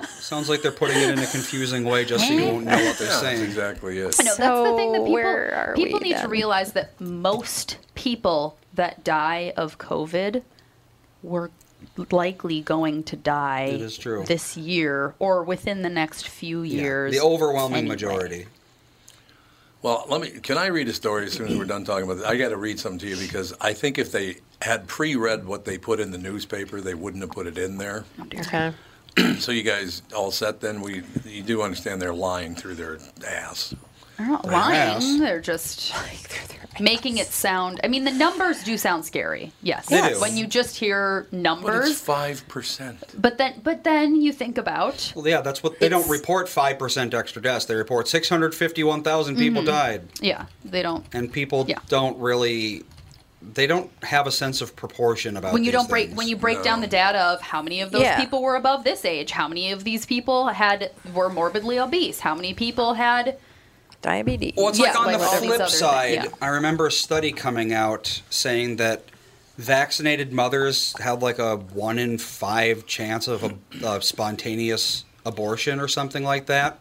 Sounds like they're putting it in a confusing way just so you won't know what they're Yeah, saying. That's exactly it. I know that's the thing that So where are people people we need to then? realize that most people that die of COVID were likely going to die It is true. this year or within the next few years. The overwhelming anyway. majority. Well, let me. Can I read a story as soon as we're done talking about this? I got to read something to you because I think if they had pre-read what they put in the newspaper, they wouldn't have put it in there. Oh, Okay. so you guys all set? Then we, you do understand they're lying through their ass. They're not Right. lying. Yes. They're just making it sound. I mean, the numbers do sound scary. Yes. They do. When you just hear But it's numbers, five percent. but then but then you think about Well, yeah, that's what they don't report five percent extra deaths. They report six hundred fifty-one thousand people Mhm. died, yeah, they don't and people Yeah. don't really. They don't have a sense of proportion about when you these don't break things. when you break down the data of how many of those Yeah. people were above this age, how many of these people had were morbidly obese, how many people had Diabetes. Well, it's like Yeah, on like the all these flip other things, side, yeah. I remember a study coming out saying that vaccinated mothers had like a one in five chance of a, a spontaneous abortion or something like that.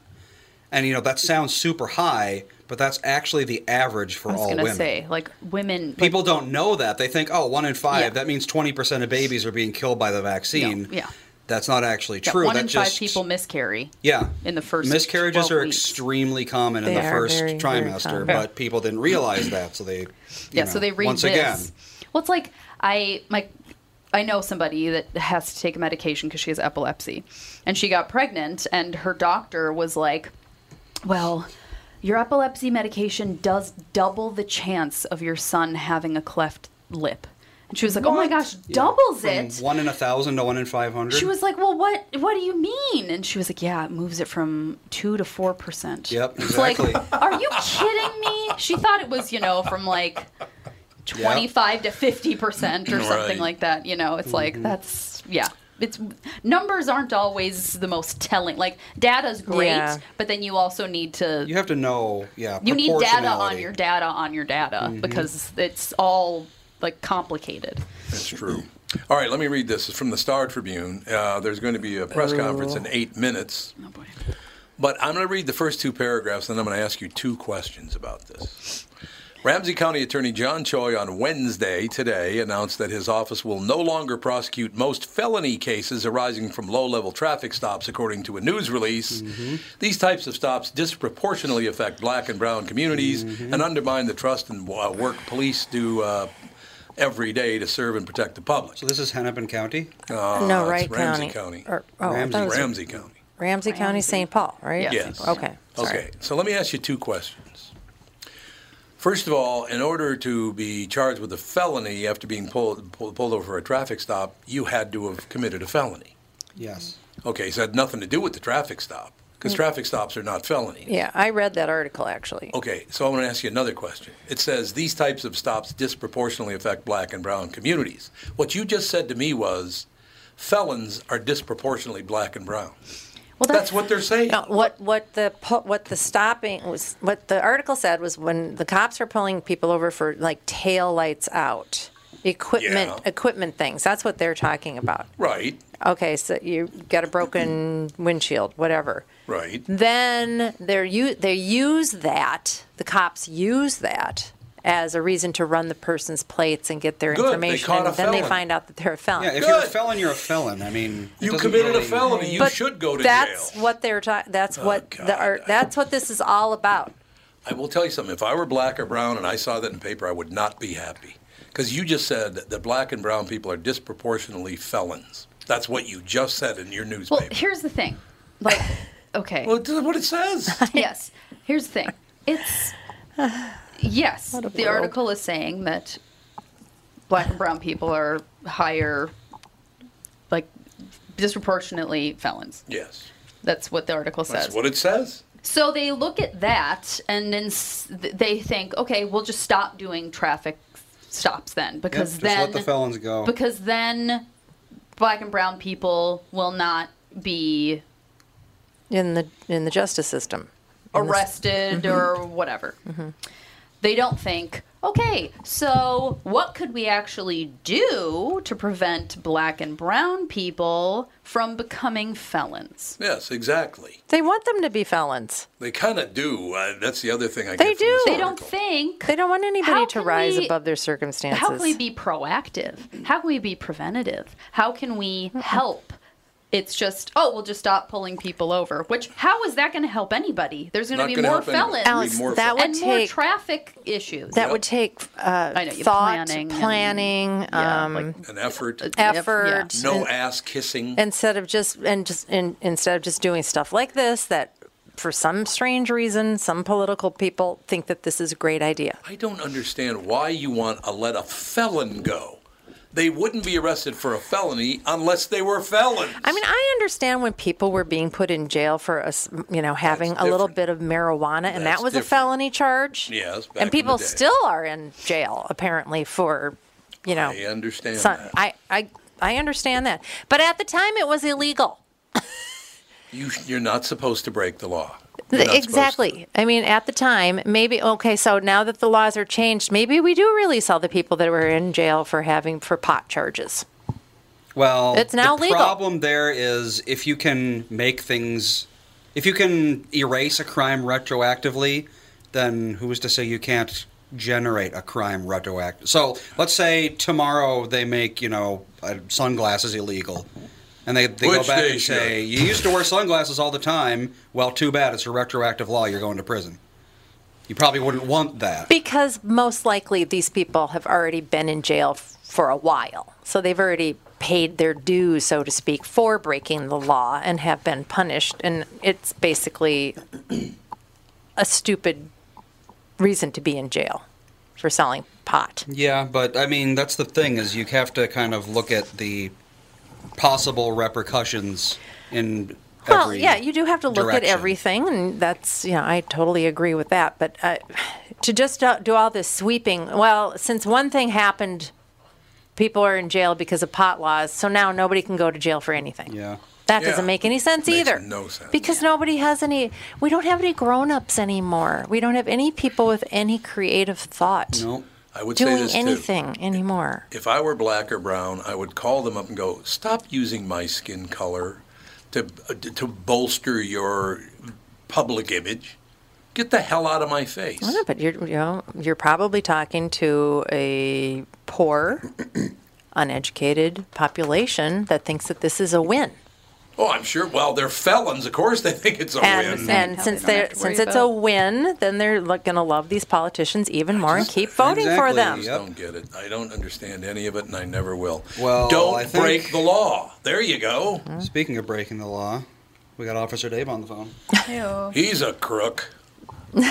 And you know that sounds super high, but that's actually the average for I was all gonna women. say like women like, People don't know that. They think, oh, one in five. Yeah. That means twenty percent of babies are being killed by the vaccine. yeah. That's not actually that true. one that in just five people miscarry yeah. in the first Miscarriages 12 are weeks. extremely common in They the are first very, very trimester, common. but people didn't realize that, so they you yeah, know, so they read once this. again. Well, it's like I my I know somebody that has to take medication because she has epilepsy, and she got pregnant, and her doctor was like, "Well." Your epilepsy medication does double the chance of your son having a cleft lip. And she was like, "Oh my gosh, doubles From it." One in a thousand to one in five hundred. She was like, "Well, what what do you mean?" And she was like, "Yeah, it moves it from 2 to 4%." Yep, It's like, exactly. "Are you kidding me?" She thought it was, you know, from like Yeah. 25 to 50 percent or something Right. like that you know it's like Mm-hmm. Mhm. that's yeah it's numbers aren't always the most telling like data's great Yeah. but then you also need to You have to know, yeah. you need data on proportionality. your data on your data Mhm. because it's all like complicated That's true. All right, let me read this. It's from the Star Tribune. Uh, there's going to be a press conference in eight minutes. Oh, boy. But I'm going to read the first two paragraphs, and then I'm going to ask you two questions about this. Ramsey County Attorney John Choi on Wednesday today announced that his office will no longer prosecute most felony cases arising from low level traffic stops, according to a news release. Mm-hmm. These types of stops disproportionately affect black and brown communities Mm-hmm. and undermine the trust and uh, work police do uh, every day to serve and protect the public. So this is Hennepin County? no, it's right Ramsey County. County. Or- oh, I Ramsey, thought it was- Ramsey County. Ramsey County, St. Paul, right? Yes. Okay. Sorry. Okay. So let me ask you two questions. First of all, in order to be charged with a felony after being pulled pulled, pulled over for a traffic stop, you had to have committed a felony. Yes. Okay, so it had nothing to do with the traffic stop because Mm. traffic stops are not felony. Yeah, I read that article actually. Okay, so I'm going to ask you another question. It says these types of stops disproportionately affect black and brown communities. What you just said to me was felons are disproportionately black and brown. Well, that's, what they're saying. No, what what the po- what the stopping was what the article said was when the cops were pulling people over for like tail lights out, equipment Yeah. equipment things. That's what they're talking about. Right, Okay, so you got a broken windshield, whatever. right. Then they're u- they use that. The cops use that as a reason to run the person's plates and get their Good, they information. caught a and then they felon. find out that they're a felon. Yeah, if you're a felon, you're a felon. I mean, it You doesn't committed a really- felony. You But should go to jail. that's what they're talking. That's Oh, what the art. That's what this is all about. I will tell you something. If I were black or brown and I saw that in paper, I would not be happy. Because you just said that black and brown people are disproportionately felons. That's what you just said in your well newspaper. here's the thing like okay Well, this is what it says. yes here's the thing it's yes What a the world. article is saying that black and brown people are higher like disproportionately felons yes. that's what the article says That's what it says. So they look at that and then s- th- they think, okay, we'll just stop doing traffic stops then because Yep, just then let the felons go. because then black and brown people will not be in the in the justice system. In this- arrested or mm-hmm. whatever. They don't think, okay, so what could we actually do to prevent black and brown people from becoming felons? Yes, exactly. They want them to be felons. They kind of do. Uh, that's the other thing I They get from this do. They don't think They don't want anybody to can rise we- above their circumstances. How can we be proactive? How can we be preventative? How can we help? It's just, oh, we'll just stop pulling people over. Which, how is that going to help anybody? There's going to Not be gonna more help anybody. felons Alex, More that would and more take- traffic issues. That would take uh, I know, you thought, planning planning, and- Yeah, um, An effort. effort. Yeah. No ass kissing. instead of just and just in, instead of just doing stuff like this that. For some strange reason, some political people think that this is a great idea. I don't understand why you want to let a felon go. They wouldn't be arrested for a felony unless they were felons. I mean, I understand when people were being put in jail for a s you know, having a little bit of marijuana, and That's that was different. a felony charge. Yes. back in and the people day. still are in jail apparently for, you know, I understand some- that. I, I I understand that, but at the time it was illegal. You, you're not supposed to break the law. You're not Exactly. I mean, at the time, maybe okay. So now that the laws are changed, maybe we do release all the people that were in jail for having for pot charges. Well, It's now the legal. problem there is if you can make things, if you can erase a crime retroactively, then who's to say you can't generate a crime retroactive? So let's say tomorrow they make you know uh, sunglasses illegal, and they, they go Which back they and say you used to wear sunglasses all the time. Well, too bad it's a retroactive law. You're going to prison. You probably wouldn't want that. Because most likely these people have already been in jail f- for a while. So they've already paid their dues, so to speak, for breaking the law and have been punished. And it's basically a stupid reason to be in jail for selling pot. Yeah, but I mean that's the thing is you have to kind of look at the possible repercussions in Well, every yeah, you do have to look at direction. everything, and that's you know I totally agree with that. But uh, to just do- do all this sweeping, well, since one thing happened, people are in jail because of pot laws, so now nobody can go to jail for anything. Yeah. That Yeah. doesn't make any sense Makes either. no sense. Because nobody has any. We don't have any grown-ups anymore. We don't have any people with any creative thought No. I would say doing this too. anything anymore. If I were black or brown, I would call them up and go, "Stop using my skin color to to bolster your public image. Get the hell out of my face." Yeah, but you're you know you're probably talking to a poor, uneducated population that thinks that this is a win. Oh, I'm sure. Well, they're felons. Of course, they think it's a And win. and Hell, since they they don't have to worry since it's a about- win, then they're going to love these politicians even more and keep voting for Exactly, them. I don't get it. I don't understand any of it, and I never will. Well, don't I think- break the law. There you go. Mm-hmm. Speaking of breaking the law, we got Officer Dave on the phone. He's a crook. he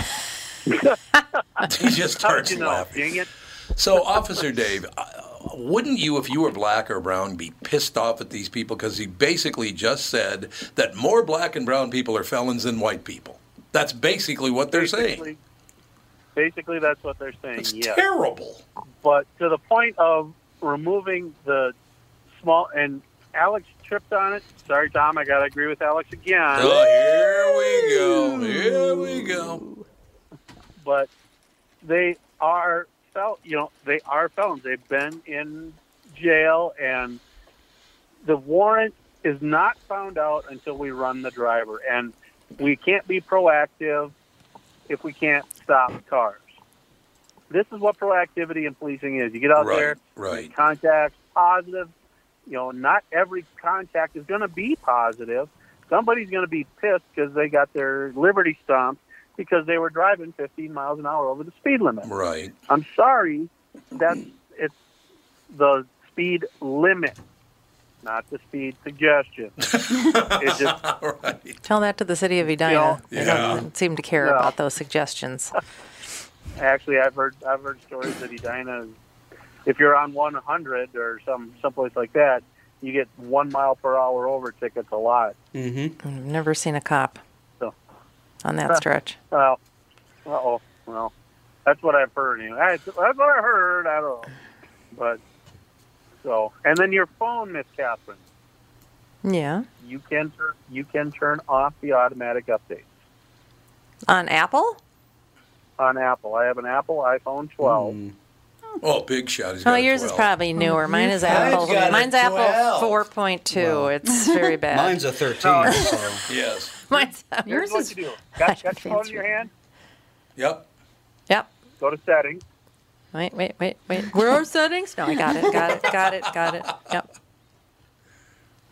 just starts you know, laughing. dang it. So, Officer Dave, uh, wouldn't you, if you were black or brown, be pissed off at these people because he basically just said that more black and brown people are felons than white people? That's basically what they're saying. Basically, basically, that's what they're saying. It's yes. terrible. but to the point of removing the small and Alex tripped on it. Sorry, Tom, I gotta agree with Alex again. Oh, here we go. Here we go. But they are fel- you know, they are felons. They've been in jail, and the warrant is not found out until we run the driver, and we can't be proactive if we can't stop cars. This is what proactivity in policing is. You get out there, Right, right. contacts positive. You know, not every contact is going to be positive. Somebody's going to be pissed because they got their liberty stomped because they were driving 15 miles an hour over the speed limit. Right. I'm sorry, that's it's the speed limit, not the speed suggestion. it just All right. Tell that to the city of Edina. They Yeah. don't seem to care Yeah. about those suggestions. Actually, I've heard I've heard stories that Edina, if you're on 100 or some someplace like that, you get one mile per hour over tickets a lot. I've never seen a cop Mm-hmm. So. on that stretch. Well, uh oh, well, that's what I've heard. Anyway. That's, that's what I heard. I don't know, but so and then your phone, Miss Catherine, Yeah, you can turn you can turn off the automatic updates on Apple. on Apple. I have an Apple iPhone 12. Oh, big shot. He's Oh, got a yours is 12. probably newer. Mine is Apple. got a Mine's Apple 12. 4.2. It's very bad. Oh. Mine's a 13. so. Yes. Mine's Yours What is you do? Got, got your phone Transfer. in your hand? Yep. Yep. Go to settings. Wait, wait, wait, wait. Where are settings? No, I got it. Got it. Got it. Got it. Yep.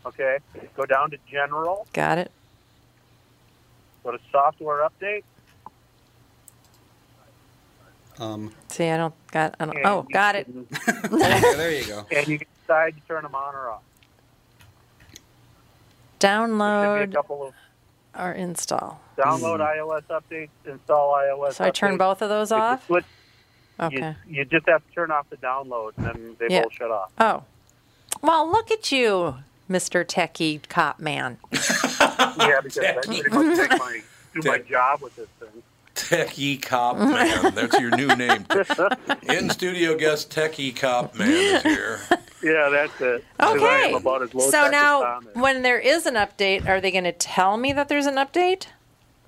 Okay, go down to general. Got it. Go to software update. Um, See, I don't got. I don't, and oh, you got it. can- yeah, there you go. And you can decide to turn them on or off. There should be Download a couple of or install. download Mm. Hmm. iOS updates, install iOS. So I turn updates. both of those If you off. switch- you, Okay. you just have to turn off the download, and then they Yeah. both shut off. Oh. Well, look at you, Mr. Techie Cop Man. Yeah, because I pretty much take my, do my job with this thing. Techie Cop Man. That's your new name. In studio guest Techie Cop Man is here. Yeah, that's it. 'Cause I Okay. am about as low So tech as now, Tom is. when there is an update, are they going to tell me that there's an update?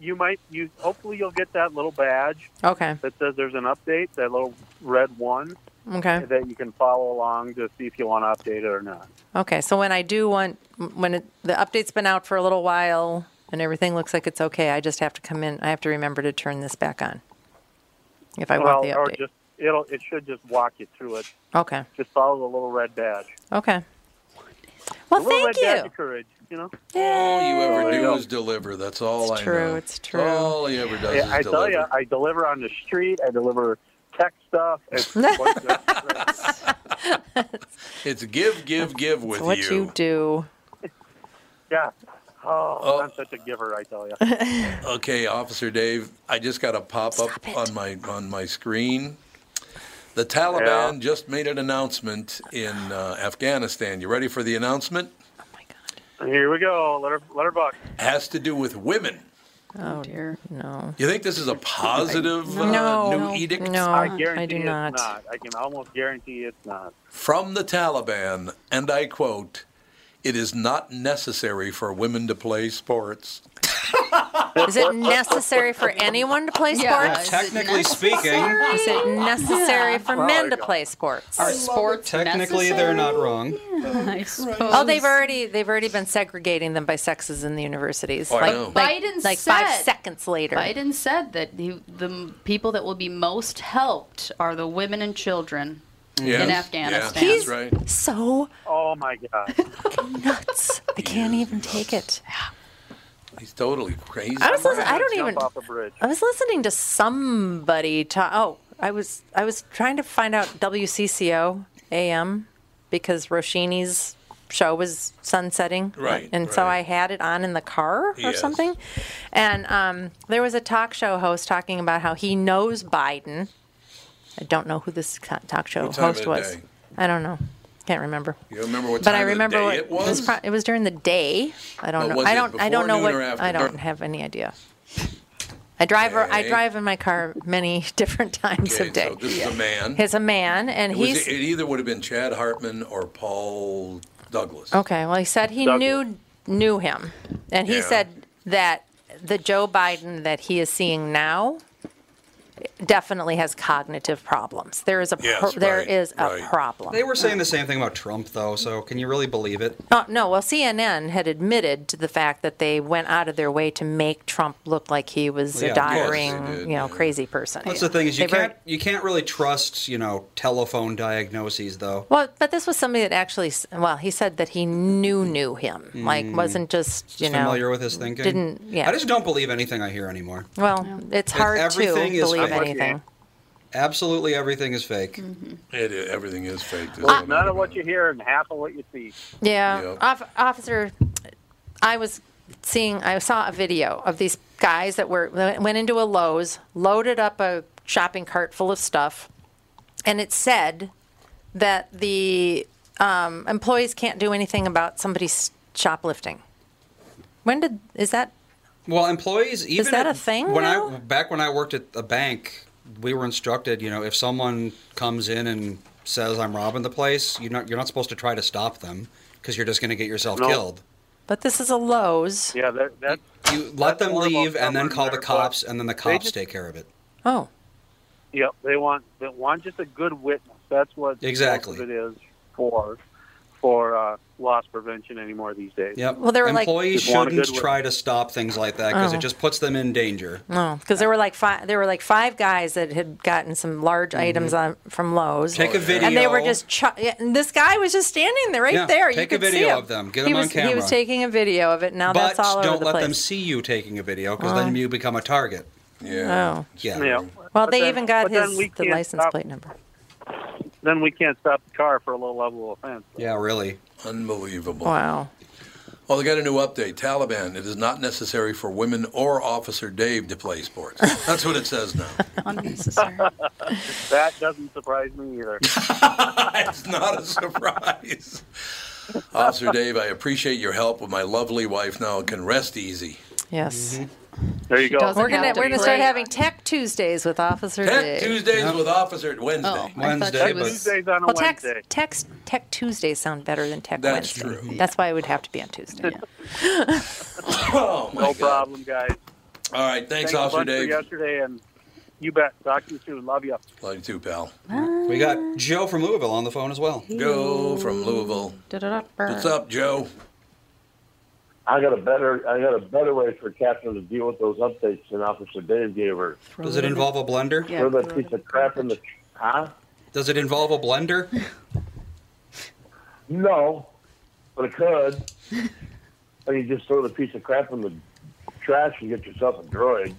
you might you hopefully you'll get that little badge Okay. that says there's an update, that little red one Okay. that you can follow along to see if you want to update it or not. Okay. So when I do want, when it, the update's been out for a little while and everything looks like it's okay, I just have to come in. I have to remember to turn this back on if I well, want the or update. just it'll it should just walk you through it. okay. Just follow the little red badge. Okay. Well, the little thank red badge you. of courage, you know. All you ever There you do go. is deliver. That's all It's I true, know. it's true. All he ever does Yeah, is I deliver. tell you, I deliver on the street. I deliver tech stuff. It's what the- It's give, give, give with It's what you. you do. yeah. Oh, Oh. I'm such a giver. I tell you. Okay, Officer Dave, I just got a pop up Stop it. on my on my screen. The Taliban just made an announcement in uh, Afghanistan. You ready for the announcement? Oh my God. Here we go. Let her let her buck. Has to do with women. Oh dear, no. You think this is a positive uh, No. new edict? No, I I guarantee do it's not. I can almost guarantee it's not. From the Taliban, and I quote, it is not necessary for women to play sports. Is it necessary for anyone to play Yeah. sports? Technically speaking, Is it necessary for Well, men there to you go. play sports? Are sports technically they're not wrong. I suppose. Oh, they've already they've already been segregating them by sexes in the universities. Oh, I like, know. like, Biden like five said- seconds later. Biden said that he, the m- people that will be most helped are the women and children. Yes, Afghanistan. Mm-hmm. Yeah, He's that's right. so Oh my god. nuts. I can't even take it. He's totally crazy. I was listening, I don't Jump even off a bridge. I was listening to somebody talk. Oh, I was I was trying to find out WCCO AM because Roshini's show was sunsetting. Right, And so right. I had it on in the car or Yes. something. And um, there was a talk show host talking about how he knows Biden. I don't know who this co- talk show What time of host the was. day? I don't know. Can't remember. You remember what But I time of the remember day what it was? pro- it was during the day. I don't But know. was I it don't. I don't before know noon what. or after? I don't have any idea. I drive. ar- I Okay. drive in my car many different times okay, of day. So this is a man. He's a man, and it, was, he's it either would have been Chad Hartman or Paul Douglas. okay. Well, he said he Douglas. knew knew him, and he Yeah. said that the Joe Biden that he is seeing now definitely has cognitive problems. There is a Yes, pro- there right, is a right. problem. They were saying the same thing about Trump, though. So can you really believe it? Oh, no, well, CNN had admitted to the fact that they went out of their way to make Trump look like he was Yeah, a of course doddering, they did, you know, yeah. crazy person. That's the thing is you They were- can't you can't really trust you know telephone diagnoses though. Well, but this was somebody that actually, s- well, he said that he knew knew him, like wasn't just you know Mm. Hmm. familiar with his thinking. didn't- yeah. I just don't believe anything I hear anymore. Well, it's hard to everything is believe fake. anything. Absolutely everything is fake. Mm-hmm. It, it- everything is fake. There's no doubt None of what about you it. hear and half of what you see. Yeah, Uh, Yep. Off- officer, I was seeing, I saw a video of these guys that were went into a Lowe's, loaded up a shopping cart full of stuff, and it said that the um, employees can't do anything about somebody's shoplifting. When did is that? Well, employees even that a at- thing When I now? back when I worked at a bank, we were instructed, you know, if someone comes in and says I'm robbing the place, you're not you're not supposed to try to stop them because you're just going to get yourself No. killed. But this is a Lowe's. Yeah, that that You let That's them horrible. leave and then Someone call the better cops, put- and then the They cops just- take care of it. Oh, Yep, they want they want just a good witness. That's what most Exactly. of it is for for uh, loss prevention anymore these days. Yep. Well, they were like- employees Just want a shouldn't good one. try to stop things like that because Oh. it just puts them in danger. no, because there were like five. There were like five guys that had gotten some large items on, from Lowe's. Take a video. And they were just, ch- yeah, and this guy was just standing there right Yeah, there. you take a could see video him. of them. Get he them on was, He camera. was taking a video of it. Now but that's all over don't the let place. them see you taking a video because then you become a target. Yeah. Oh. Yeah. Yeah. Well, But they then- even got but then his we the can't license stop- plate number. Then we can't stop the car for a low level offense. Yeah, really. Unbelievable. Wow. Well, they got a new update. Taliban, it is not necessary for women or Officer Dave to play sports. That's what it says now. Unnecessary. That doesn't surprise me either. it's not a surprise. Officer Dave, I appreciate your help with my lovely wife now. Can rest easy. Yes. Mm-hmm. There you She go. doesn't We're gonna have to we're gonna play. start having Tech Tuesdays with Officer Tech Dave. Tuesdays with Officer Wednesday. Oh, I Wednesday, thought she but- was. Tuesdays on a Well, tech, Wednesday. tech, tech Tuesdays sound better than Tech That's Wednesday. true. That's why it would have to be on Tuesday. Oh, my No God. problem, guys. All right. Thanks, Thanks a Officer bunch for Dave. yesterday, and you bet. Talk to you soon. Love you. Love you too, pal. We got Joe from Louisville on the phone as well. Joe from Louisville. What's up, Joe? I got a better I got a better way for Catherine to deal with those updates than Officer Dave gave her. Does it involve a blender? Yeah, Throw throw that it piece of crap in the huh? Does it involve a blender? No, but it could. or you just throw the piece of crap in the trash and get yourself a droid.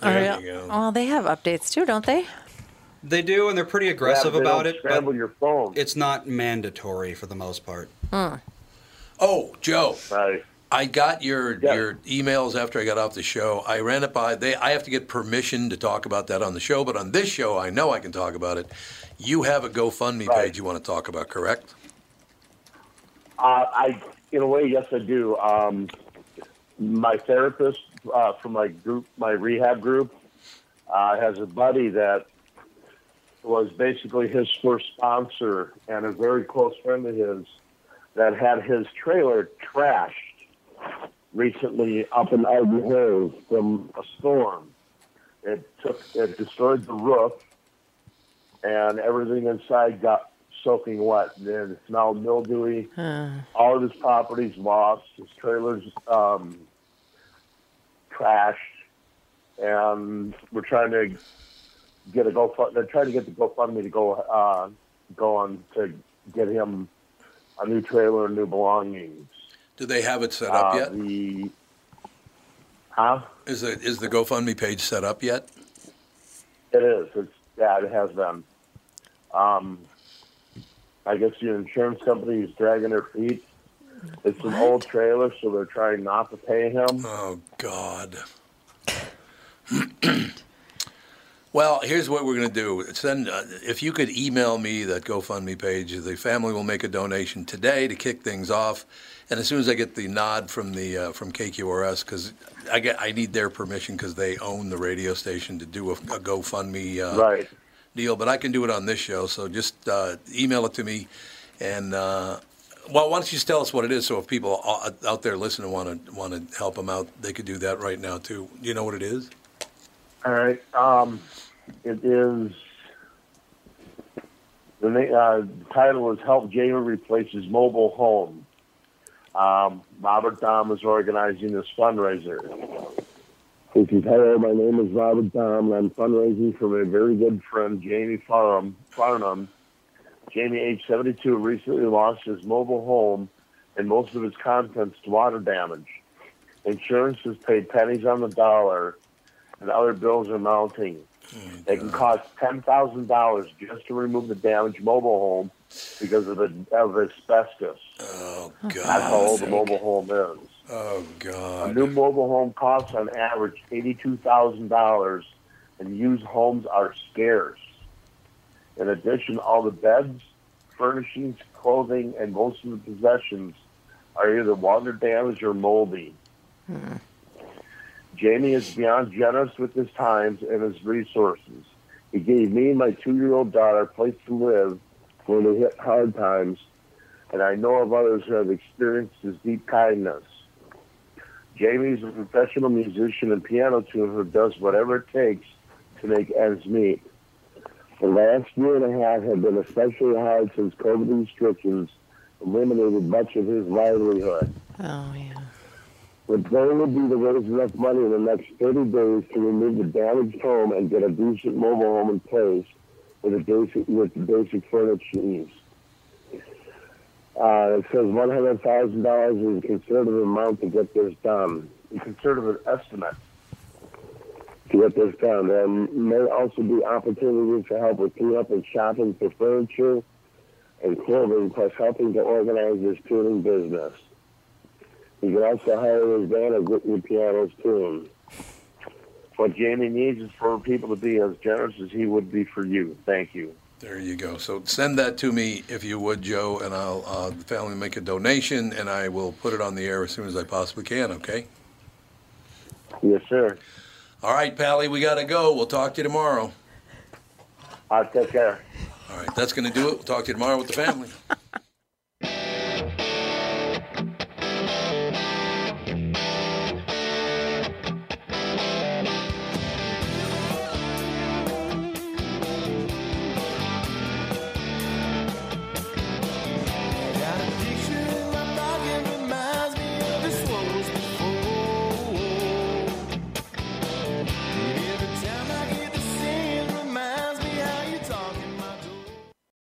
There Oh, you go. Well, they have updates too, don't they? They do, and they're pretty aggressive Crap, they about don't it, Scramble but your phone. it's not mandatory for the most part. Hmm. Oh, Joe. Right. I got your Yeah. your emails after I got off the show. I ran it by they. I have to get permission to talk about that on the show, but on this show, I know I can talk about it. You have a GoFundMe Right. page you want to talk about, correct? Uh, I in a way, yes, I do. Um, my therapist uh, from my group, my rehab group, uh, has a buddy that was basically his first sponsor and a very close friend of his that had his trailer trashed recently up in Idaho from a storm. It took it destroyed the roof, and everything inside got soaking wet. And then it's now mildewy. Hmm. All of his property's lost. His trailer's um, trashed, and we're trying to get a GoFund. They're trying to get the GoFundMe to go uh, go on to get him a new trailer and new belongings. Do they have it set up Uh, yet? The, huh? Is the is the GoFundMe page set up yet? It is. It's yeah. It has been. Um, I guess your insurance company is dragging their feet. It's an old trailer, so they're trying not to pay him. Oh God. well, here's what we're going to do. Send uh, if you could email me that GoFundMe page. The family will make a donation today to kick things off, and as soon as I get the nod from the uh, from KQRS, because I get I need their permission because they own the radio station to do a, a GoFundMe uh, Right. deal. But I can do it on this show, so just uh, email it to me, and. Uh, well, why don't you just tell us what it is, so if people o- out there listening want to want to help them out, they could do that right now too. Do you know what it is? All right. Um, it is the na- uh, the title is "Help Gamer Replaces Mobile Home." Um, Robert Dom is organizing this fundraiser. If you've heard, my name is Robert Dom, and I'm fundraising for my very good friend Jamie Farnum. Farnum. Jamie, age 72, recently lost his mobile home and most of his contents to water damage. Insurance has paid pennies on the dollar, and other bills are mounting. Oh, It can cost ten thousand dollars just to remove the damaged mobile home because of, the, of asbestos. Oh That's how old the mobile home is. Oh God. A new mobile home costs on average eighty-two thousand dollars, and used homes are scarce. In addition, all the beds, furnishings, clothing, and most of the possessions are either water damaged or moldy. Hmm. Jamie is beyond generous with his time and his resources. He gave me and my two-year-old daughter a place to live when we hit hard times, and I know of others who have experienced his deep kindness. Jamie's a professional musician and piano tuner who does whatever it takes to make ends meet. The last year and a half have been especially hard since COVID restrictions eliminated much of his livelihood. Oh, yeah. The plan would be to raise enough money in the next 30 days to remove the damaged home and get a decent mobile home in place with the basic, with the basic furnishings. Uh, it says $100,000 is considered an amount to get this done. It's considered an estimate to get this done. There may also be opportunities to help with cleanup and shopping for furniture and clothing, plus helping to organize this tuning business. You can also hire his band and get your pianos tuned. What Jamie needs is for people to be as generous as he would be for you. Thank you. There you go. So send that to me if you would, Joe, and I'll uh, the family will make a donation, and I will put it on the air as soon as I possibly can. Okay. Yes, sir. All right, Pally, we gotta go. We'll talk to you tomorrow. I'll take care. All right, that's gonna do it. We'll talk to you tomorrow with the family.